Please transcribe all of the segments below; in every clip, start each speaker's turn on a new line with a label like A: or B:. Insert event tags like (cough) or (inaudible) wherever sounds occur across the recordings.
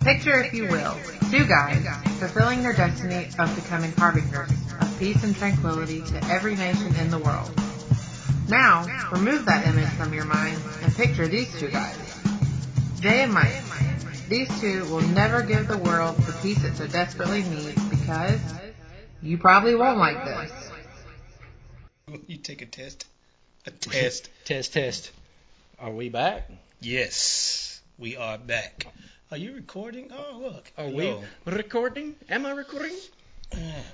A: Picture, if you will, two guys fulfilling their destiny of becoming harbingers of peace and tranquility to every nation in the world. Now, remove that image from your mind and picture these two guys. Jay and Mike. These two will never give the world the peace it so desperately needs because you probably won't like this.
B: (laughs) You take a test. A
C: (laughs)
B: test.
C: Test, test. Are we back?
B: yes, we are back. Are you recording? Oh, look.
C: Are we
B: Yo,
C: recording? Am I recording?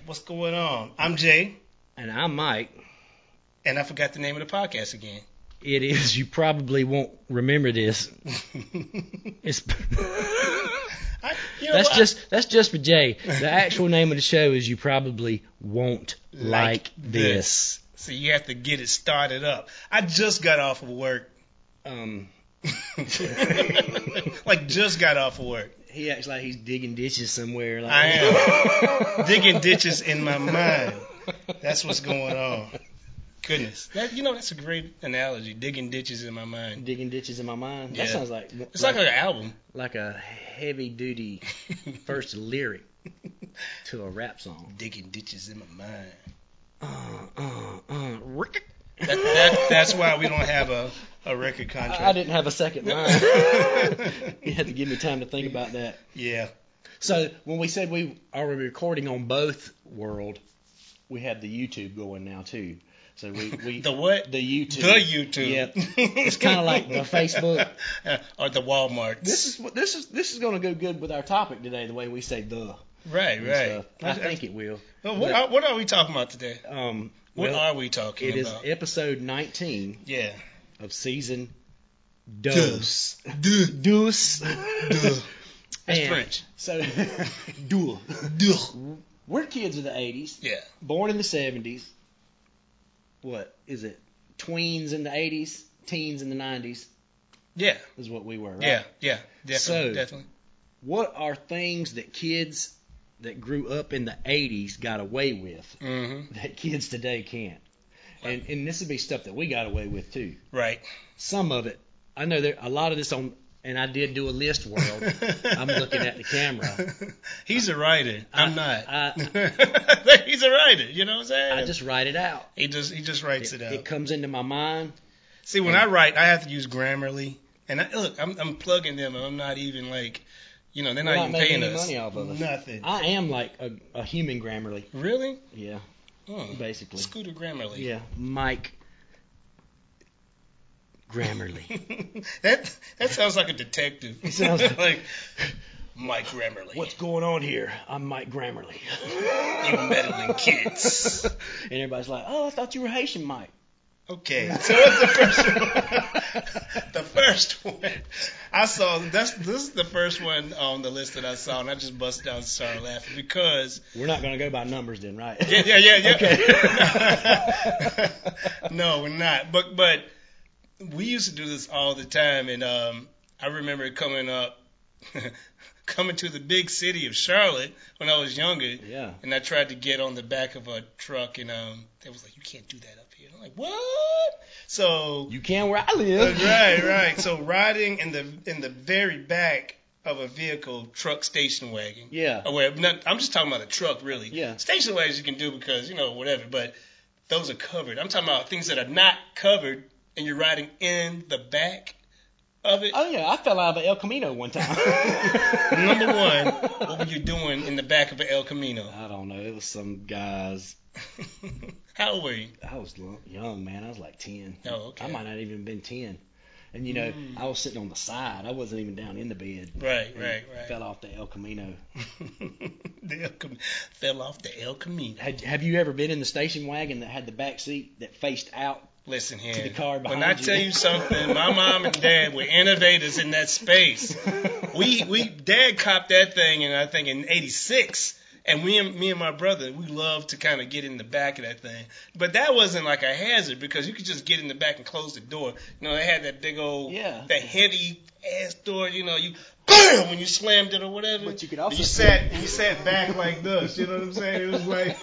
B: What's going on? I'm Jay,
C: And I'm Mike.
B: and I forgot the name of the podcast again. (laughs)
C: It is, you probably won't remember this.
B: (laughs)
C: It's,
B: I, you know
C: that's
B: what?
C: just that's just for Jay. The actual name of the show is You Probably Won't Like, This.
B: So you have to get it started up. I just got off of
C: (laughs)
B: work.
C: Um,
B: like, just got off of work.
C: he acts like he's digging ditches somewhere. Like,
B: I
C: (laughs)
B: am. Digging ditches in my mind. That's what's going on. Goodness. That, you know, that's a great analogy. Digging ditches in my mind.
C: Digging ditches in my mind. That
B: Yeah.
C: sounds like
B: It's
C: like,
B: like an album. (laughs)
C: like a heavy duty first lyric to a rap song.
B: Digging ditches in my mind.
C: Uh, uh, uh, rick.
B: That, that, that's why we don't have a, a record contract.
C: (laughs) I, I didn't have a second line. (laughs)
B: (laughs)
C: you (laughs) had to give me time to think about that.
B: Yeah.
C: So when we said we are recording on both world, we have the YouTube going now too. So we,
B: (laughs)
C: we
B: The what?
C: the YouTube
B: The YouTube.
C: Yep. It's kind of like the Facebook.
B: (laughs) or the Walmart.
C: This is what- this is this is going to go good with our topic today. The way we say the
B: right,
C: and
B: right.
C: stuff. I think it will.
B: Well, what, are, what are we talking about today?
C: Um,
B: What
C: well,
B: are we talking
C: it is
B: about?
C: episode 19 (laughs)
B: yeah.
C: of season dos
B: Deux.
C: dos. (laughs)
B: Deux. That's
C: And
B: French.
C: So (laughs) dual. (laughs)
B: Deux.
C: We're kids of the 80s.
B: Yeah.
C: born in the 70s. What is it? Tweens in the 80s, teens in the 90s
B: Yeah.
C: is what we were, right?
B: Yeah. Yeah. Definitely.
C: So-
B: definitely.
C: What are things that kids that grew up in the 80s got away with
B: hmm
C: that kids today can't? And and this would be stuff that we got away with too.
B: Right.
C: Some of it, I know there a lot of this on, and I did do a
B: (laughs)
C: list world. I'm looking at the camera.
B: He's a writer. I'm
C: I-
B: not. (laughs) He's a writer. You know what I'm saying?
C: I just write it out.
B: he just he just writes
C: It,
B: it out.
C: it comes into my mind.
B: See, when I write, I have to use Grammarly, and I, look, I'm, I'm plugging them, and I'm not even like, you know, they're
C: We're
B: not,
C: not
B: even
C: making
B: paying
C: any
B: us
C: money off of it.
B: Nothing.
C: I am like a, a human Grammarly.
B: Really?
C: Yeah,
B: Hmm.
C: basically.
B: Scooter Grammarly.
C: Yeah, Mike
B: (laughs)
C: Grammarly.
B: (laughs) that that sounds like a detective.
C: It sounds
B: (laughs)
C: like-
B: like Mike Grammarly.
C: What's going on here? I'm Mike Grammarly.
B: (laughs) You meddling kids.
C: (laughs) and everybody's like, "Oh, I thought you were Haitian, Mike."
B: Okay, (laughs) so what's the first one? (laughs) the first one I saw. That's this is the first one on the list that I saw, and I just busted out and started laughing because
C: We're not gonna go by numbers then, right?
B: yeah, yeah, yeah, yeah. (laughs)
C: Okay.
B: no, we're not. But but we used to do this all the time, and um, I remember coming up, (laughs) coming to the big city of Charlotte when I was younger,
C: yeah.
B: and I tried to get on the back of a truck, and um, they was like, "You can't do that up here." I'm like, "What?" So
C: You can where I live.
B: right, right. So riding in the in the very back of a vehicle, truck station wagon.
C: Yeah.
B: Oh, wait, not, I'm just talking about a truck, really.
C: Yeah.
B: Station wagons you can do because, you know, whatever, but those are covered. I'm talking about things that are not covered and you're riding in the back of
C: (laughs)
B: it.
C: Oh yeah, I fell out of a El Camino one time.
B: (laughs) Number
C: (laughs)
B: one, what were you doing in the back of an El Camino? (laughs)
C: I don't know. It was some guys.
B: How old were you?
C: I was lo- young, man. I was like ten.
B: Oh, okay. Mm.
C: I might not even been ten. And you know, I was sitting on the side. I wasn't even down in the bed.
B: Right,
C: And
B: right, right.
C: Fell off the El Camino.
B: (laughs) the El Cam- fell off the El Camino.
C: Had, have you ever been in the station wagon that had the back seat that faced out?
B: Listen here.
C: the car
B: when
C: behind
B: I
C: you.
B: tell you something, my mom and dad were innovators in that space. (laughs) we
C: (laughs)
B: we dad copped that thing in I think in '86, and we and me and my brother we loved to kind of get in the back of that thing. But that wasn't like a hazard because you could just get in the back and close the door. You know they had that big old
C: Yeah.
B: that heavy ass door. You know you bam when you slammed it or whatever.
D: But you could also
B: you sat you sat back like this. You know what I'm saying? It was like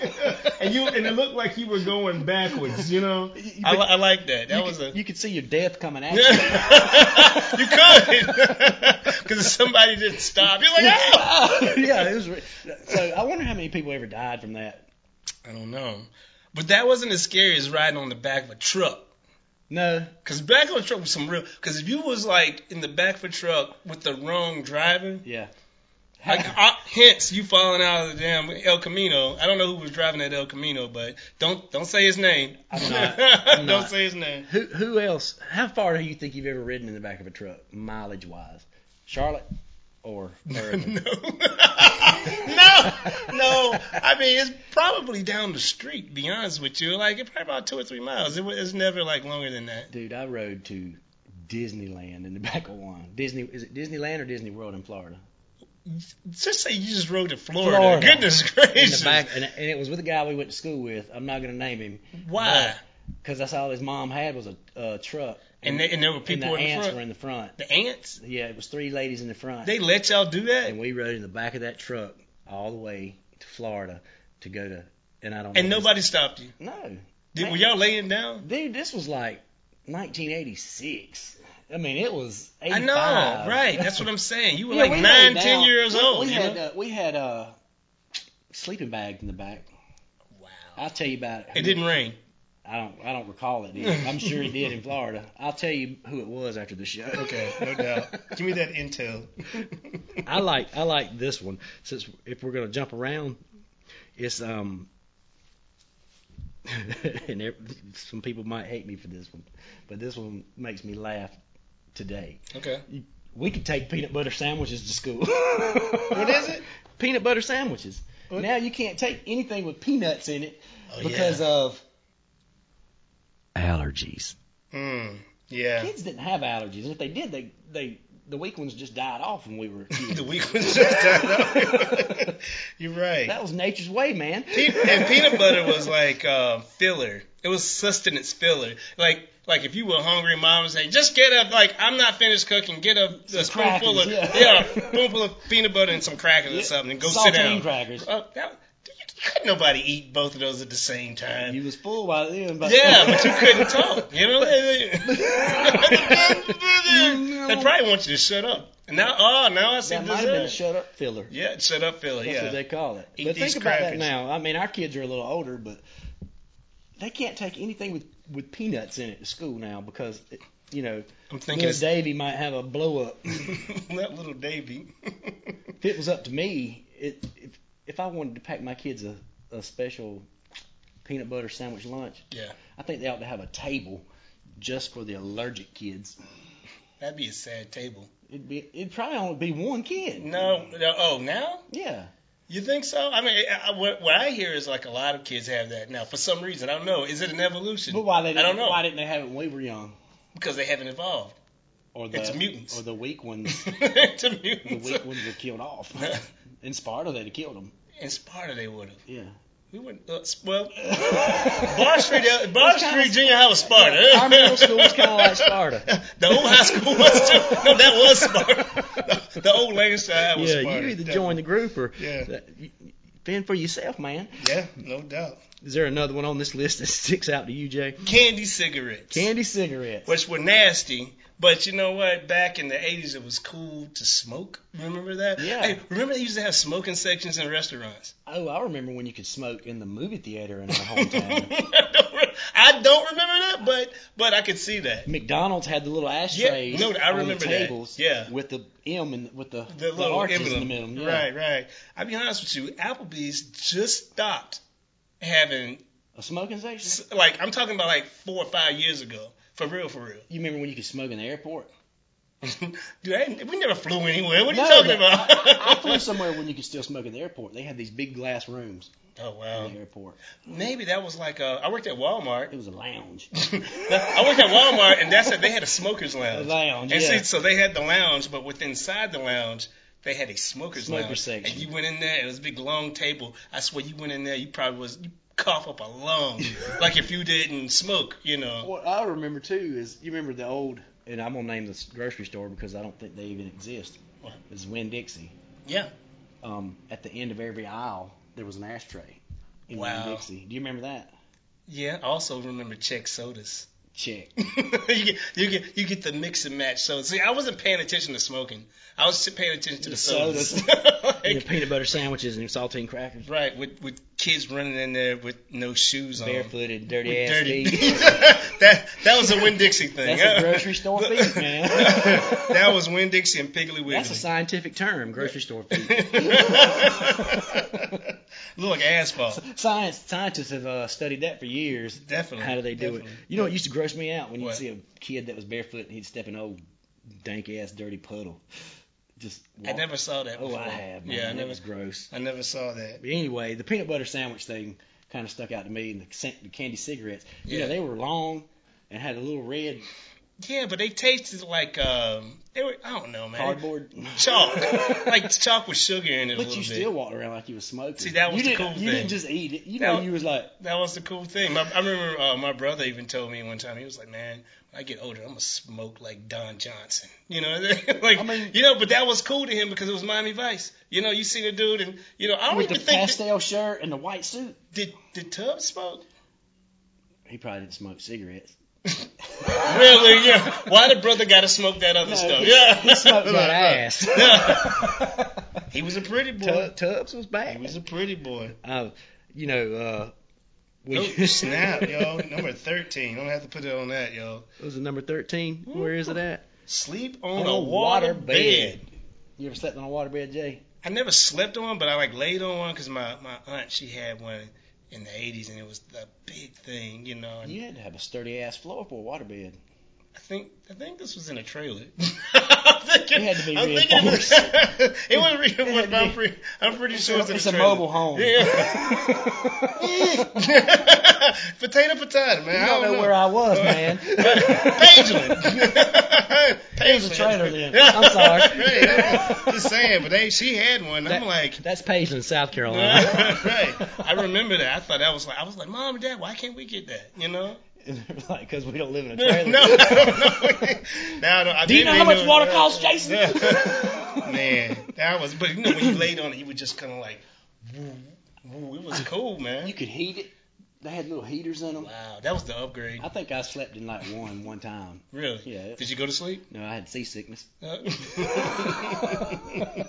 B: (laughs) and you and it looked like you were going backwards. You
D: (laughs)
B: know, I, li- I like that. That
C: you
B: was
C: could,
B: a
C: you could see your death coming at you.
B: (laughs) you
C: (laughs)
B: could (laughs) because if somebody didn't stop, you're like, oh.
C: yeah, it was. Re- so I wonder how many people ever died from that.
B: I don't know. But that wasn't as scary as riding on the back of a truck.
C: No,
B: Cause back of a truck was some real. Cause if you was like in the back of a truck with the wrong driving,
C: yeah.
B: Like, I, hence you falling out of the damn El Camino. I don't know who was driving that El Camino, but don't don't say his name.
C: I'm not.
B: (laughs)
C: I'm
B: don't
C: not.
B: say his name.
C: Who who else? How far do you think you've ever ridden in the back of a truck, mileage wise? Charlotte or
B: (laughs)
C: Irving? (laughs)
B: No. no, no. I mean, it's probably down the street. Be honest with you, like it's probably about two or three miles. It, wa- it's never like longer than that.
C: Dude, I rode to Disneyland in the back of one. Disney is it Disneyland or Disney World in Florida?
B: Just say you just rode to Florida.
C: Florida.
B: (laughs) Goodness
C: In
B: gracious!
C: the back, and, and it was with a guy we went to school with. I'm not gonna name him
B: Why?
C: because that's all his mom had was a, a truck.
B: And, they, and there were
C: and the
B: people in the
C: ants
B: front.
C: were in the front.
B: the ants?
C: Yeah, it was three ladies in the front.
B: They let y'all do that?
C: and we rode in the back of that truck all the way to Florida to go to. And I don't.
B: and
C: know
B: nobody stopped you.
C: this- No,
B: Did, were y'all laying down?
C: dude, this was like 1986. I mean, it was. 85.
B: I know, right? That's what I'm saying. You were
C: Yeah,
B: like
C: we
B: nine,
C: laid
B: ten
C: down.
B: years
C: We-
B: old.
C: We
B: you
C: had
B: know?
C: uh, we had uh, sleeping bags in the back.
B: wow.
C: I'll tell you about it.
B: It didn't rain.
C: I don't. I don't recall it. Did. I'm sure it did in Florida. I'll tell you who it was after the show.
B: Give me that (laughs) intel.
C: I like I like this one since if we're gonna jump around, it's um, (laughs) and there, some people might hate me for this one, but this one makes me laugh today.
B: Okay.
C: We could take peanut butter sandwiches to
B: (laughs)
C: school. what
B: is it?
C: Peanut butter sandwiches.
B: What?
C: Now you can't take anything with peanuts in it
B: Oh,
C: because uh,
B: yeah.
C: of allergies.
B: Mm, yeah.
C: Kids didn't have allergies, and if they did, they they the weak ones just died off when we were. kids.
B: (laughs) The week was just done. (laughs) You're right.
C: that was nature's way, man.
B: Pe- and peanut butter was like uh, filler. It was sustenance filler. Like like if you were hungry, mom would say, "Just get up." Like I'm not finished cooking. Get up a spoonful of
C: crackers,
B: yeah.
C: yeah.
B: a spoonful of peanut butter and some crackers
C: Yeah,
B: or something, and go
C: saltine
B: sit down.
C: crackers.
B: Oh, that, you, couldn't nobody eat both of those at the same time.
C: You was full by then, but (laughs)
B: Yeah, but you couldn't talk. You know, they probably want you to shut up. And now, oh, now I see
C: that might have been a
B: this.
C: shut up filler.
B: Yeah, shut up, Philly.
C: That's what
B: Yeah,
C: they call it.
B: Eat
C: but
B: these
C: think about that
B: crackers.
C: now. I mean, our kids are a little older, but they can't take anything with with peanuts in it to school now because it, you know
B: I'm thinking
C: little
B: it's
C: Davy might have a blow up.
B: (laughs) that little Davy.
C: If it was up to me, it, if if I wanted to pack my kids a, a special peanut butter sandwich lunch,
B: yeah,
C: I think they ought to have a table just for the allergic kids.
B: that'd be a sad table.
C: It'd be it'd probably only be one kid.
B: No, no, oh, now
C: Yeah.
B: you think so? I mean, I, I- what, what I hear is like a lot of kids have that now for some reason. I don't know. Is it an evolution?
C: But why they
B: I don't know
C: why didn't they have it when we were young?
B: because they haven't evolved.
C: (laughs)
B: (laughs)
C: Or the
B: It's mutants.
C: or the weak ones.
B: it's a
C: (laughs) The
B: mutant.
C: weak ones were killed (laughs) off. In Sparta, they'd have killed them.
B: (laughs) In Sparta, they would have.
C: (laughs) Yeah.
B: We went uh, well. Bar
C: (laughs)
B: Street, uh, Bar Street Junior High was Sparta.
C: Our middle school was kind
B: (laughs)
C: of like Sparta.
B: The old high school was too. No, that was Sparta.
C: (laughs)
B: The, the old Lancaster High was
C: (laughs) Yeah,
B: Sparta.
C: you either join the group or
B: Yeah.
C: fend for yourself, man.
B: Yeah, no doubt.
C: Is there another one on this list that (laughs) sticks out to you, Jay?
B: Candy cigarettes,
C: Candy cigarettes.
B: which were nasty. But you know what? Back in the '80s, it was cool to smoke. Remember that?
C: Yeah.
B: Hey, remember they used to have smoking sections in restaurants.
C: Oh, I remember when you could smoke in the movie theater in our hometown.
B: (laughs) I don't re- I don't remember that, but but I could see that.
C: McDonald's had the little ashtrays
B: no, I
C: on
B: remember
C: the
B: that.
C: tables
B: Yeah.
C: with the M and with the,
B: the,
C: the,
B: little
C: arches
B: emblem.
C: in the middle. Yeah.
B: Right, right. I'll be honest with you. Applebee's just stopped having
C: A smoking section.
B: s- like I'm talking about like four or five years ago. For real, for real.
C: You remember when you could smoke in the airport?
B: (laughs) Dude, I, ain't- we never flew anywhere. What are
C: No,
B: you talking
C: but
B: about?
C: I flew somewhere when you could still smoke in the airport. They had these big glass rooms
B: (laughs) oh
C: in
B: wow.
C: the airport.
B: Maybe that was like uh, I worked at Walmart.
C: It was a lounge.
B: I worked at Walmart, and that's it. They had a smokers
C: A
B: lounge.
C: lounge.
B: And
C: yeah.
B: see, so they had the lounge, but with inside the lounge, they had a smoker's
C: Smoker
B: lounge.
C: section.
B: And you went in there, it was a big long table. I swear, you went in there, you probably was you cough up a (laughs) lung, like if you didn't smoke, you know.
C: What I remember too is you remember the old, and I'm gonna name this grocery store because I don't think they even exist.
B: What?
C: is Winn Dixie.
B: Yeah.
C: Um, at the end of every aisle, there was an ashtray in
B: Wow.
C: Winn Dixie. Do you remember that?
B: Yeah. I also remember check sodas. (laughs)
C: Check.
B: you, get, you get you get the mix and match sodas. See, I wasn't paying attention to smoking. I was paying attention to the,
C: The
B: sodas.
C: sodas.
B: (laughs) Like,
C: Yeah, peanut butter sandwiches and saltine crackers.
B: Right, with with kids running in there with no shoes on.
C: Barefooted, dirty
B: Uh-huh. With
C: ass
B: dirty (laughs)
C: feet. (laughs)
B: feet. that that was a Winn Dixie thing.
C: That's a grocery store feet, man.
B: (laughs) that was Winn Dixie and Piggly Wiggly.
C: That's a scientific term, grocery
B: (laughs)
C: store feet.
B: Look like asphalt.
C: Science scientists have uh, studied that for years.
B: Definitely.
C: How do they do
B: definitely.
C: it? You know, it used to gross me out when you
B: What?
C: would see a kid that was barefoot and he'd step in an old dank ass dirty puddle. Just
B: I
C: walk-
B: never saw that.
C: Oh,
B: before.
C: I have. Man.
B: Yeah, I
C: that
B: never.
C: was gross.
B: I never saw that.
C: But anyway, the peanut butter sandwich thing kind of stuck out to me, and the, scent- the candy cigarettes. You
B: Yeah.
C: know, they were long and had a little red
B: Yeah, but they tasted like um, they were. I don't know, man. (laughs)
C: cardboard.
B: Chalk,
C: (laughs)
B: like chalk with sugar in it a
C: But
B: little
C: you
B: bit.
C: still walked around like you was smoking.
B: See, that was
C: you
B: the
C: didn't,
B: cool
C: You
B: thing.
C: didn't just eat it. You
B: That
C: know,
B: was-
C: you was like,
B: That was the cool thing. My, I remember uh, my brother even told me one time. He was like, "Man, when I get older, I'm gonna smoke like Don Johnson." (laughs) You know, like
C: I mean-
B: you know. But that was cool to him because it was Miami Vice. You know, you see the dude, and you know, I don't
C: with the
B: even think that-
C: pastel shirt and the white suit.
B: did did Tubbs smoke?
C: He probably didn't smoke cigarettes.
B: (laughs) really? Yeah. Why the brother got to smoke that other stuff?
C: he,
B: yeah,
C: he
B: (laughs)
C: smoked
B: Like,
C: that ass. (laughs)
B: Yeah. he was a pretty boy.
C: Tub- Tubbs was
B: He
C: back.
B: was a pretty boy.
C: Uh, you know, uh, we (laughs)
B: Oh, (laughs) snap, yo. Number 13. I'm going to have to put it on that, yo.
C: it (laughs) was the number thirteen. Where is it at?
B: Sleep on, a water bed.
C: You ever slept on a water bed, Jay?
B: I never slept on one, but I like laid on one because my, my aunt, she had one in the 80s and it was the big thing, you know. And
C: You had to have a sturdy ass floor for a water bed.
B: I think I think this was in a trailer. (laughs) I'm thinking,
C: It had to be
B: I'm thinking it was,
C: reinforced. (laughs)
B: it was (laughs) reinforced,
C: to
B: but I'm,
C: be-
B: pretty, I'm pretty sure it's in
C: It's
B: a
C: a
B: trailer.
C: mobile home. (laughs)
B: Yeah. (laughs) potato, potato, man.
C: I
B: I
C: don't know
B: (laughs)
C: where I was, man. (laughs)
B: Pageland.
C: It was a trailer then.
B: (laughs)
C: I'm sorry.
B: Right, I'm just saying, but they she had one. I'm
C: That- (laughs)
B: like, (laughs)
C: That's Pageland, South Carolina.
B: right. I
C: (laughs)
B: remember that. I thought that was like I was like, Mom and Dad, why can't we get that? You know?
C: like, because we don't live in a
B: no, I
C: trailer. (laughs)
B: don't know. (laughs) now I don't, I
C: Do you
B: didn't
C: know how much
B: know-
C: water costs, Jason?
B: uh,
C: (laughs)
B: man, that was. But you know, when you laid on it, you were just kind of like, woo, woo. It was cool, man.
C: You could heat it. They had little heaters in them.
B: Wow, that was the upgrade.
C: I think I slept in like one one time.
B: Really?
C: Yeah.
B: Did you go to sleep?
C: No, I had seasickness. (laughs)
B: Uh, (laughs)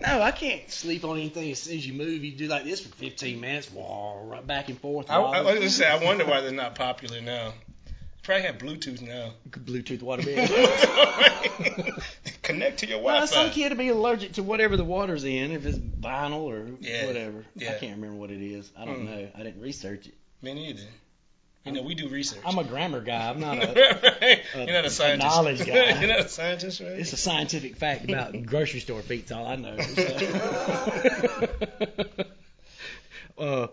C: No, I can't sleep on anything. As soon as you move, you do like this for 15 minutes, wah, right back and forth.
B: I, I,
C: wah.
B: like I say, I wonder why they're not popular now. Probably have Bluetooth
C: (laughs)
B: now. (laughs)
C: Bluetooth waterbed.
B: Connect to your Wi-Fi.
C: Well, some kid would be allergic to whatever the water's in, if it's vinyl or
B: Yeah,
C: whatever.
B: yeah.
C: I can't remember what it is. I don't
B: Mm.
C: know. I didn't research it.
B: Me neither. You know, we do research. (laughs)
C: I'm a grammar guy. I'm not a.
B: Right? You're not a scientist. (laughs)
C: knowledge guy.
B: You're not a scientist, right?
C: It's a scientific fact about grocery store feet's all I know. (laughs) uh,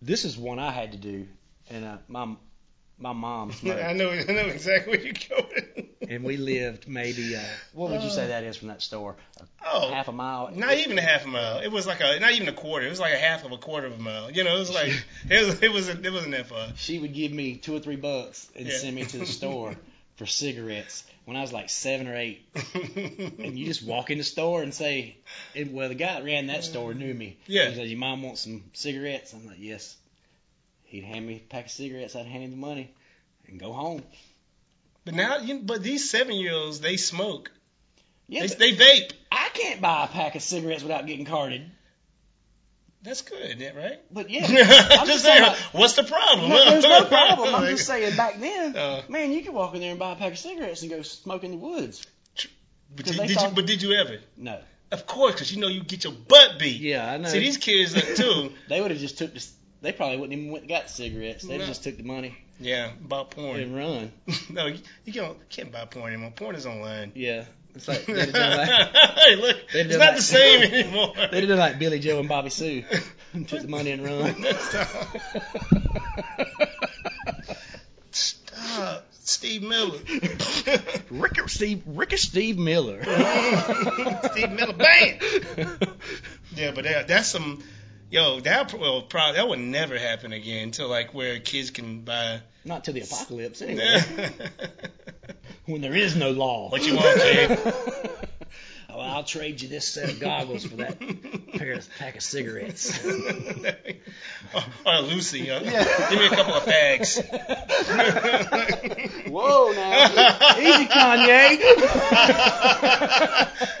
C: this is one I had to do, and uh, my my
B: (laughs)
C: mom
B: I
C: smoked,
B: know. I know exactly where you're going.
C: and
B: (laughs)
C: we lived maybe uh, what would you say that is from that store?
B: Oh,
C: Half a mile.
B: not even a half a mile. It was like a not even a quarter. It was like a half of a quarter of a mile. You know, it was
C: (laughs)
B: like it was it wasn't it wasn't that far.
C: she would give me two or three bucks and
B: Yeah.
C: send me to the
B: (laughs)
C: store for cigarettes when I was like seven or eight. And you just walk in the store and say, and, well, the guy that ran that store knew me.
B: Yeah.
C: He said, your mom wants some cigarettes? I'm like, yes. He'd hand me a pack of cigarettes. I'd hand him the money and go home.
B: but now, you, but these seven year olds they smoke.
C: Yeah, but
B: they, they vape.
C: I can't buy a pack of cigarettes without getting carded.
B: That's good, yeah, right? (laughs)
C: But yeah,
B: just
C: I'm just
B: saying, (laughs)
C: saying. About,
B: what's the problem?
C: no,
B: (laughs)
C: there's no problem. I'm just saying back then,
B: Uh.
C: man, you could walk in there and buy a pack of cigarettes and go smoke in the woods.
B: But
C: 'cause
B: did,
C: they
B: did you,
C: thought-
B: but did you ever?
C: No.
B: Of course, because you know you get your butt beat.
C: Yeah, I know.
B: See, these kids look
C: (laughs)
B: too.
C: They would have just took this. They probably wouldn't even went and got cigarettes. They
B: No.
C: just took the money
B: yeah, about porn.
C: and run.
B: (laughs) no, you, you can't, can't buy porn anymore. Porn is online.
C: Yeah, it's (laughs) like
B: hey,
C: they'd
B: look,
C: have done like,
B: (laughs) it's
C: They'd have done
B: not
C: like-
B: the
C: (laughs)
B: same anymore.
C: they'd have done like Billy Joe and Bobby Sue, (laughs) and took the money and
B: (laughs)
C: run.
B: Stop. Steve
C: (laughs)
B: Miller.
C: (laughs) Rick or Steve, Rick or Steve (laughs) Miller.
B: Steve Miller, bang! Yeah, but that, that's some. Yo, that pro- well, probably that would never happen again to like where kids can buy.
C: (laughs) Not till the
B: (laughs)
C: apocalypse, anyway.
B: what
C: when there is no law. (laughs) Oh,
B: you want, kid?
C: I'll trade you this set of goggles for that pair of, pack of cigarettes.
B: (laughs) or, or Lucy, uh, give me a couple of fags.
D: Whoa, now.
C: (laughs) (laughs) Easy, (laughs) Kanye.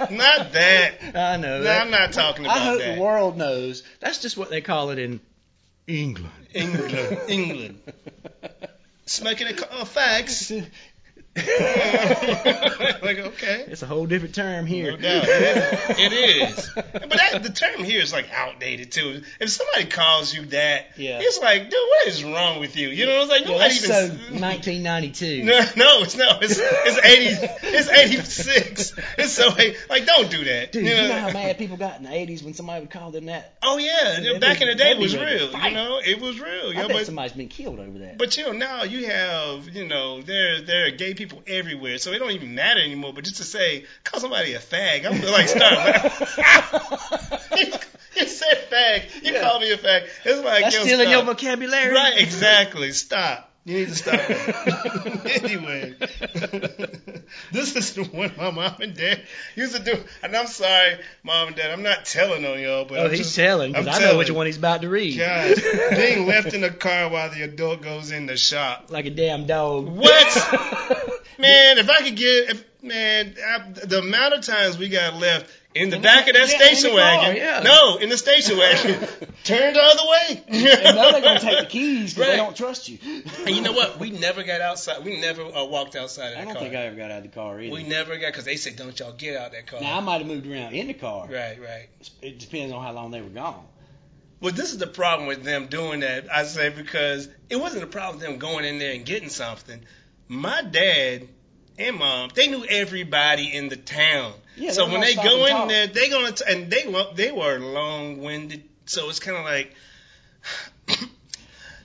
B: (laughs) Not that.
C: I know.
B: No,
C: that-
B: I'm not talking about
C: I hope
B: that.
C: the world knows. That's just what they call it in
B: (laughs)
C: England.
B: England, England, smoking a oh, couple of
C: (laughs)
B: fags. like okay.
C: It's a whole different term here.
B: No doubt. It is. But that, the term here is like outdated too. If somebody calls you that,
C: Yeah.
B: it's like, dude, what is wrong with you? You know, it's like
C: Yeah,
B: nobody
C: that's
B: even.
C: so
B: (laughs)
C: 1992.
B: no, no, it's no, it's it's eighty, it's eighty six. It's so like, don't do that.
C: Dude,
B: you know,
C: you know how mad people got in the 80s when somebody would call them that?
B: oh yeah,
C: That'd
B: back
C: be-
B: in the day
C: that'd
B: it
C: be
B: was
C: ready to
B: real. You
C: fight.
B: know, it was real.
C: I
B: Yo,
C: bet
B: but
C: somebody's been killed over that.
B: But you know, now you have, you know, there there are gay people everywhere, so it don't even matter anymore. But just to say, call somebody a fag, I'm gonna like start
C: (laughs)
B: laughing. you said fag, you
C: Yeah.
B: called me a fag. It's like
C: That's
B: yo,
C: still in your
B: stop.
C: vocabulary.
B: right, exactly. Stop. You need to
C: (laughs)
B: stop. anyway, (laughs) this is the one my mom and dad used to do, and I'm sorry, mom and dad, I'm not telling on y'all, but
C: Oh,
B: I'm
C: he's
B: just,
C: telling
B: I'm
C: because I know which
B: telling.
C: one he's about to read.
B: Gosh, being left in the car while the adult goes in the shop.
C: Like a damn dog.
B: What?
C: (laughs)
B: man, if I could get, if, man, I, the amount of times we got left in the back of that
C: yeah, in the
B: station
C: car,
B: wagon.
C: yeah.
B: No, in the station
C: (laughs)
B: wagon. Turn the other way.
C: and now they're gonna take the keys because
B: Right.
C: they don't trust you.
B: And you know what? We never got outside. We never uh, walked outside of
C: I
B: the
C: don't
B: car.
C: think I ever got out of the car either.
B: we never got because they said, "Don't y'all get out that car."
C: now I might have moved around in the car.
B: right, right.
C: It depends on how long they were gone.
B: Well, this is the problem with them doing that, I say, because it wasn't a problem with them going in there and getting something. My dad and mom, they knew everybody in the town.
C: Yeah,
B: so
C: they're
B: when
C: gonna
B: they
C: stop
B: go
C: and
B: in
C: talk.
B: there, they gonna t- and they lo- they were long winded. So it's kind of like (coughs)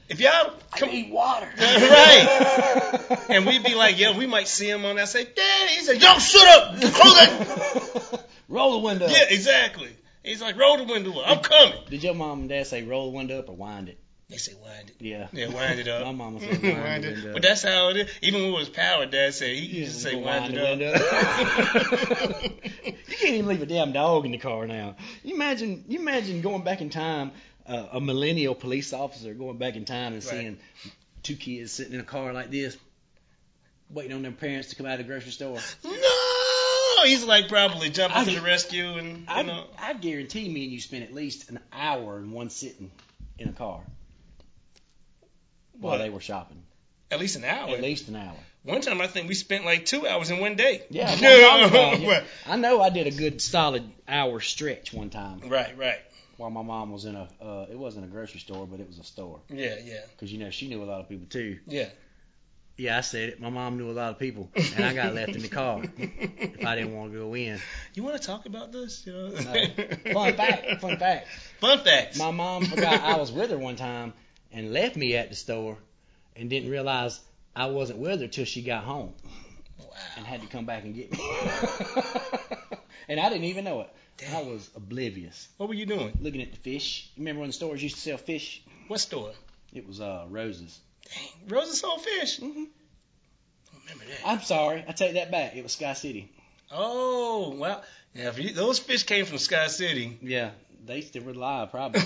B: if y'all come
C: Eat water.
B: (laughs) right, and we'd be like, yeah, we might see him on. that. I say, Dad, he said, yo, shut up, close that.
C: (laughs) Roll the window.
B: yeah, exactly. He's like, roll the window up. I'm coming.
C: Did your mom and dad say roll the window up or wind it?
B: They say, wind it.
C: Yeah.
B: Yeah, wind it up.
C: My mama said
B: (laughs)
C: wind,
B: wind
C: the
B: it.
C: window.
B: But that's how it is. Even when it was power, Dad said he used to say wind, it up.
C: window. (laughs) you can't even leave a damn dog in the car now. You imagine, you imagine going back in time, uh, a millennial police officer going back in time and
B: Right.
C: seeing two kids sitting in a car like this, waiting on their parents to come out of the grocery store.
B: (laughs) no, he's like probably jumping
C: I-
B: to the rescue and you
C: I,
B: know.
C: I guarantee me and you spent at least an hour in one sitting in a car while
B: What? Oh,
C: they were shopping.
B: At least an hour.
C: At least an hour.
B: One time, I think we spent like two hours in one day. (laughs)
C: Yeah, that's what I'm talking about, yeah.
B: right,
C: I know I did a good solid hour stretch one time
B: (laughs) right, right.
C: while my mom was in a. Uh, it wasn't a grocery store, but it was a store
B: Yeah, yeah,
C: because you know she knew a lot of people too.
B: yeah.
C: Yeah, I said it. My mom knew a lot of people, and I got left in
B: (laughs)
C: the car if I didn't want to go in.
B: You want to talk about this? You know?
C: (laughs)
B: (laughs)
C: Fun fact. Fun fact.
B: Fun facts.
C: My mom forgot I was with her one time and left me at the store and didn't realize I wasn't with her till she got home and
B: Wow.
C: had to come back and get me. (laughs) and I didn't even know it. I was oblivious.
B: What were you doing?
C: Looking at the fish. You Remember when the stores used to sell fish?
B: What store?
C: It was uh, roses.
B: Dang, Rosa sold fish.
C: Mm-hmm.
B: Remember that?
C: I'm sorry. I take that back. It was Sky City.
B: Oh, well. Now, if you, those fish came from Sky
C: (laughs)
B: City.
C: Yeah. They still were live, (laughs) probably.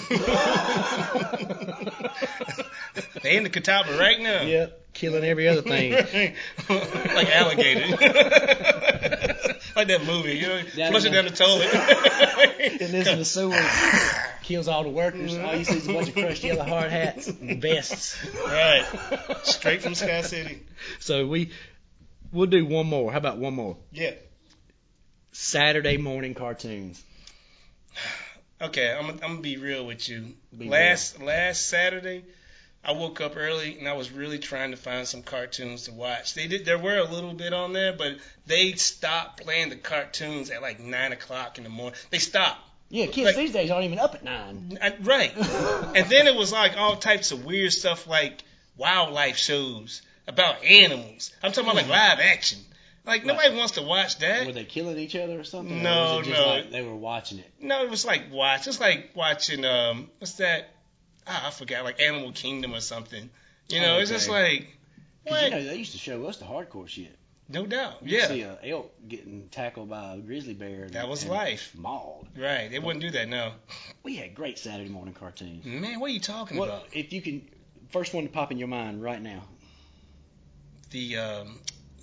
B: They in the Catawba right now.
C: yep. Killing every other (laughs) thing.
B: (laughs) like alligator. (laughs) like that movie, you know,
C: That
B: flushing down
C: one.
B: the
C: (laughs)
B: toilet.
C: It lives in the sewer. Kills all
B: (laughs)
C: the workers. All you see is a bunch of crushed yellow hard hats and (laughs) vests.
B: right. Straight from Sky City.
C: So we we'll do one more. How about one more?
B: Yeah.
C: Saturday morning cartoons.
B: Okay, I'm, I'm gonna be real with you.
C: Be
B: last last Saturday, I woke up early and I was really trying to find some cartoons to watch. They did there were a little bit on there, but they stopped playing the cartoons at like nine o'clock in the morning. They stopped.
C: Yeah, kids
B: Like-
C: these days aren't even up at (laughs) nine.
B: I- right. and
C: (laughs)
B: then it was like all types of weird stuff like wildlife shows about animals. I'm talking about like live action. Like nobody wants to watch
C: Were
B: that.
C: they killing each other or something? or
B: No,
C: was it just
B: no.
C: Like they were watching it.
B: No, it was like watch. It's like watching um what's that? Ah, I forgot like Animal Kingdom or something. You know, it's just like
C: 'Cause,
B: what?
C: You know, they used to show us the hardcore shit.
B: No doubt.
C: You
B: Yeah.
C: see a elk getting tackled by a grizzly bear. And,
B: That was
C: and
B: life.
C: Mauled.
B: Right. They wouldn't do that, no.
C: We had great Saturday morning cartoons.
B: Man, what are you talking
C: What
B: about?
C: if you can? First one to pop in your mind right now.
B: The um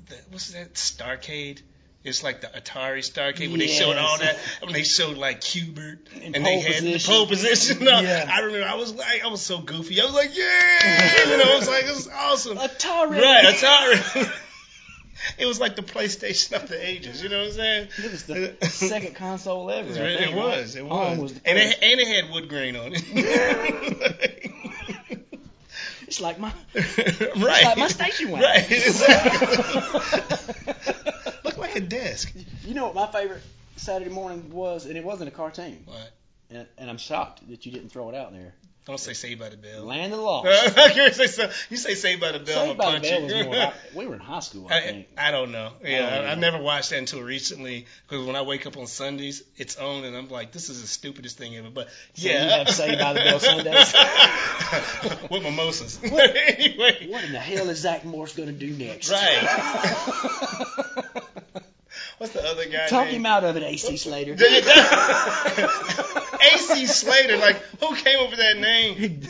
B: the, what's that? Starcade? It's like the Atari Starcade when they showed all that
C: Yes.
B: when they showed like Cubert
C: And
B: and, they
C: pole
B: had the
C: position.
B: pole position. No,
C: Yeah.
B: I remember I was like I was so goofy. I was like, Yeah (laughs) you know, I was like, this is awesome.
C: Atari.
B: Right, Atari. (laughs) it was like the PlayStation of the ages. You know what I'm saying?
C: It was the second console ever.
B: (laughs)
C: I
B: It,
C: think, right?
B: was. It
C: Home
B: was.
C: was the
B: and, it,
C: first.
B: and it had wood grain on it.
C: It's like my.
B: (laughs) right.
C: like my station wagon.
B: Right.
C: (laughs)
B: exactly. Looked like a desk.
C: You know what my favorite Saturday morning was, and it wasn't a cartoon.
B: What?
C: And, and I'm shocked that you didn't throw it out there.
B: Don't say Saved by the (laughs) Bell.
C: Land of the Lost.
B: you, say, so- you say Saved by the Bell,
C: Saved
B: Oh. I'm
C: by
B: gonna
C: the
B: punch
C: Bell
B: you.
C: was more. Like, we were in high school, I
B: I,
C: think.
B: I don't know. Yeah,
C: I
B: I,
C: don't
B: I,
C: know.
B: never watched that until recently because when I wake up on Sundays, it's on, and I'm like, this is the stupidest thing ever. But
C: So
B: yeah,
C: you have Saved by the Bell Sundays?
B: (laughs) with mimosas. (laughs) anyway,
C: What in the hell is Zach Morse going to do next? (laughs)
B: Right. what's the other guy?
C: Talk
B: name? (laughs)
C: him out of it, AC Slater.
B: AC
C: (laughs)
B: Slater, like who came up with that name?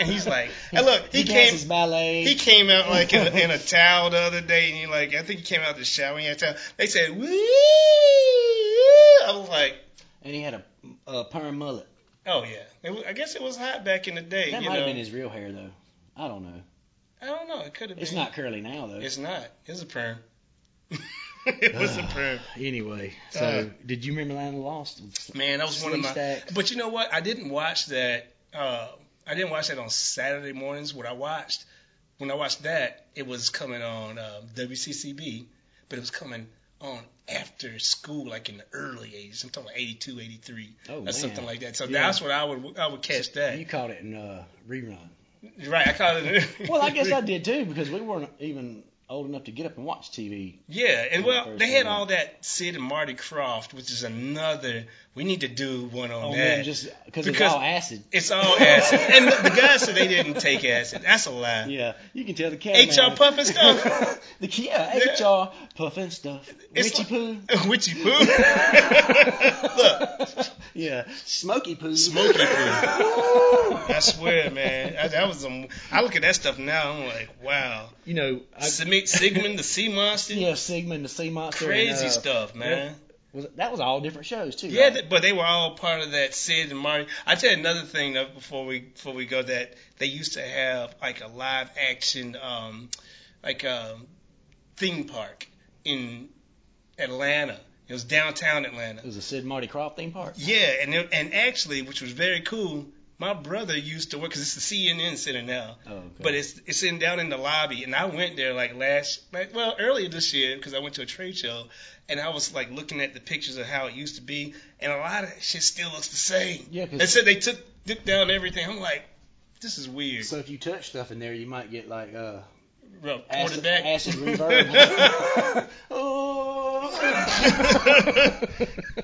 B: And he's like, and look, he,
C: he
B: came.
C: dances ballet.
B: He came out like in a, in a towel the other day, and he like I think he came out the shower and he had a towel. They said, "Woo!" I was like,
C: and he had a, a perm mullet.
B: "Oh yeah." It was, I guess it was hot back in the day.
C: That
B: you
C: might
B: know?
C: have been his real hair, though. I don't know.
B: I don't know. It could have been.
C: It's not curly now, though.
B: It's not. It's a perm. (laughs) it was a
C: (sighs)
B: perm.
C: Ah, Anyway, so
B: Uh.
C: did you remember Land of the Lost?
B: Man, that was one of my.
C: Sleestacks.
B: But you know what? I didn't watch that. Uh, I didn't watch that on Saturday mornings. What I watched when I watched that, it was coming on um, WCCB, but it was coming on after school, like in the early 80s. I'm talking like 82, 83,
C: Oh,
B: or
C: man.
B: something like that. So
C: Yeah.
B: that's what I would I would catch that.
C: You caught it in uh, rerun.
B: right? I caught it.
C: (laughs) Well, I guess I did too because we weren't even old enough to get up and watch TV.
B: (laughs) Yeah, and
C: On the
B: well,
C: first
B: they had
C: one.
B: all that Sid and Marty Croft, which is another. We need to do one on
C: Oh
B: that.
C: man, just because it's
B: Because-
C: all acid.
B: It's all acid. and the, the guy said they didn't take acid. That's a lie.
C: Yeah, you can tell the cat.
B: HR Puff and Stuff.
C: (laughs) the uh, yeah,
B: Yeah.
C: HR puff and stuff.
B: It's
C: Richie
B: like-
C: poo.
B: (laughs) Witchy
C: (laughs)
B: poo. Look, (laughs)
C: Yeah, smoky poo.
B: smoky
C: (laughs)
B: poo. I swear, man. I, that was some. I look at that stuff now. I'm like, wow.
C: You know, I,
B: Sig- Sigmund the sea monster.
C: yeah, Sigmund the sea monster.
B: Crazy
C: and, uh,
B: stuff, man.
C: Was that was all different shows too?
B: Yeah,
C: right?
B: th- but they were all part of that Sid and Marty. I tell you another thing though, before we before we go that they used to have like a live action um like a theme park in Atlanta. It was downtown Atlanta.
C: it was a Sid Marty Croft theme park.
B: Yeah, and it- and actually, which was very cool. My brother used to work because it's the CNN center now,
C: Oh, okay.
B: but it's it's in down in the lobby, and I went there like last, like well earlier this year because I went to a trade show, and I was like looking at the pictures of how it used to be, and a lot of that shit still looks the same.
C: Yeah, 'cause-
B: they said they took took down everything. I'm like, this is weird.
C: So if you touch stuff in there, you might get like uh,
B: Bro, poured it
C: acid,
B: back. (laughs)
C: acid reverb. (laughs) oh.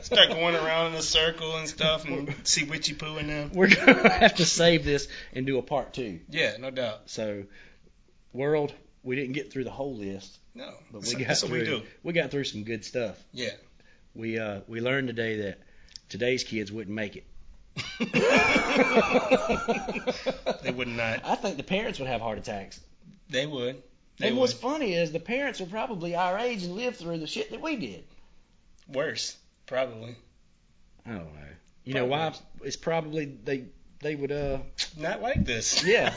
B: Start going around in a circle and stuff,
C: (laughs)
B: and see witchy poo in them.
C: We're gonna have to save this and do a part two.
B: Yeah, no doubt.
C: So, world, we didn't get through the whole list,
B: No,
C: but
B: that's,
C: we got
B: that's what
C: through.
B: we do.
C: got through some good stuff.
B: Yeah.
C: We uh we learned today that today's kids wouldn't make it.
B: (laughs) They would not.
C: I think the parents would have heart attacks.
B: They would. They
C: and
B: would.
C: what's funny is the parents were probably our age and lived through the shit that we did.
B: Worse, probably.
C: I don't know. You know why? It's probably they they would uh
B: Not like this. (laughs)
C: Yeah.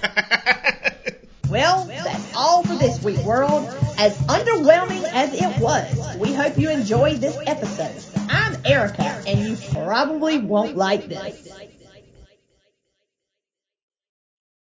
D: Well, that's all for this week, world. As underwhelming as it was, we hope you enjoyed this episode. I'm Erica, and you probably won't like this.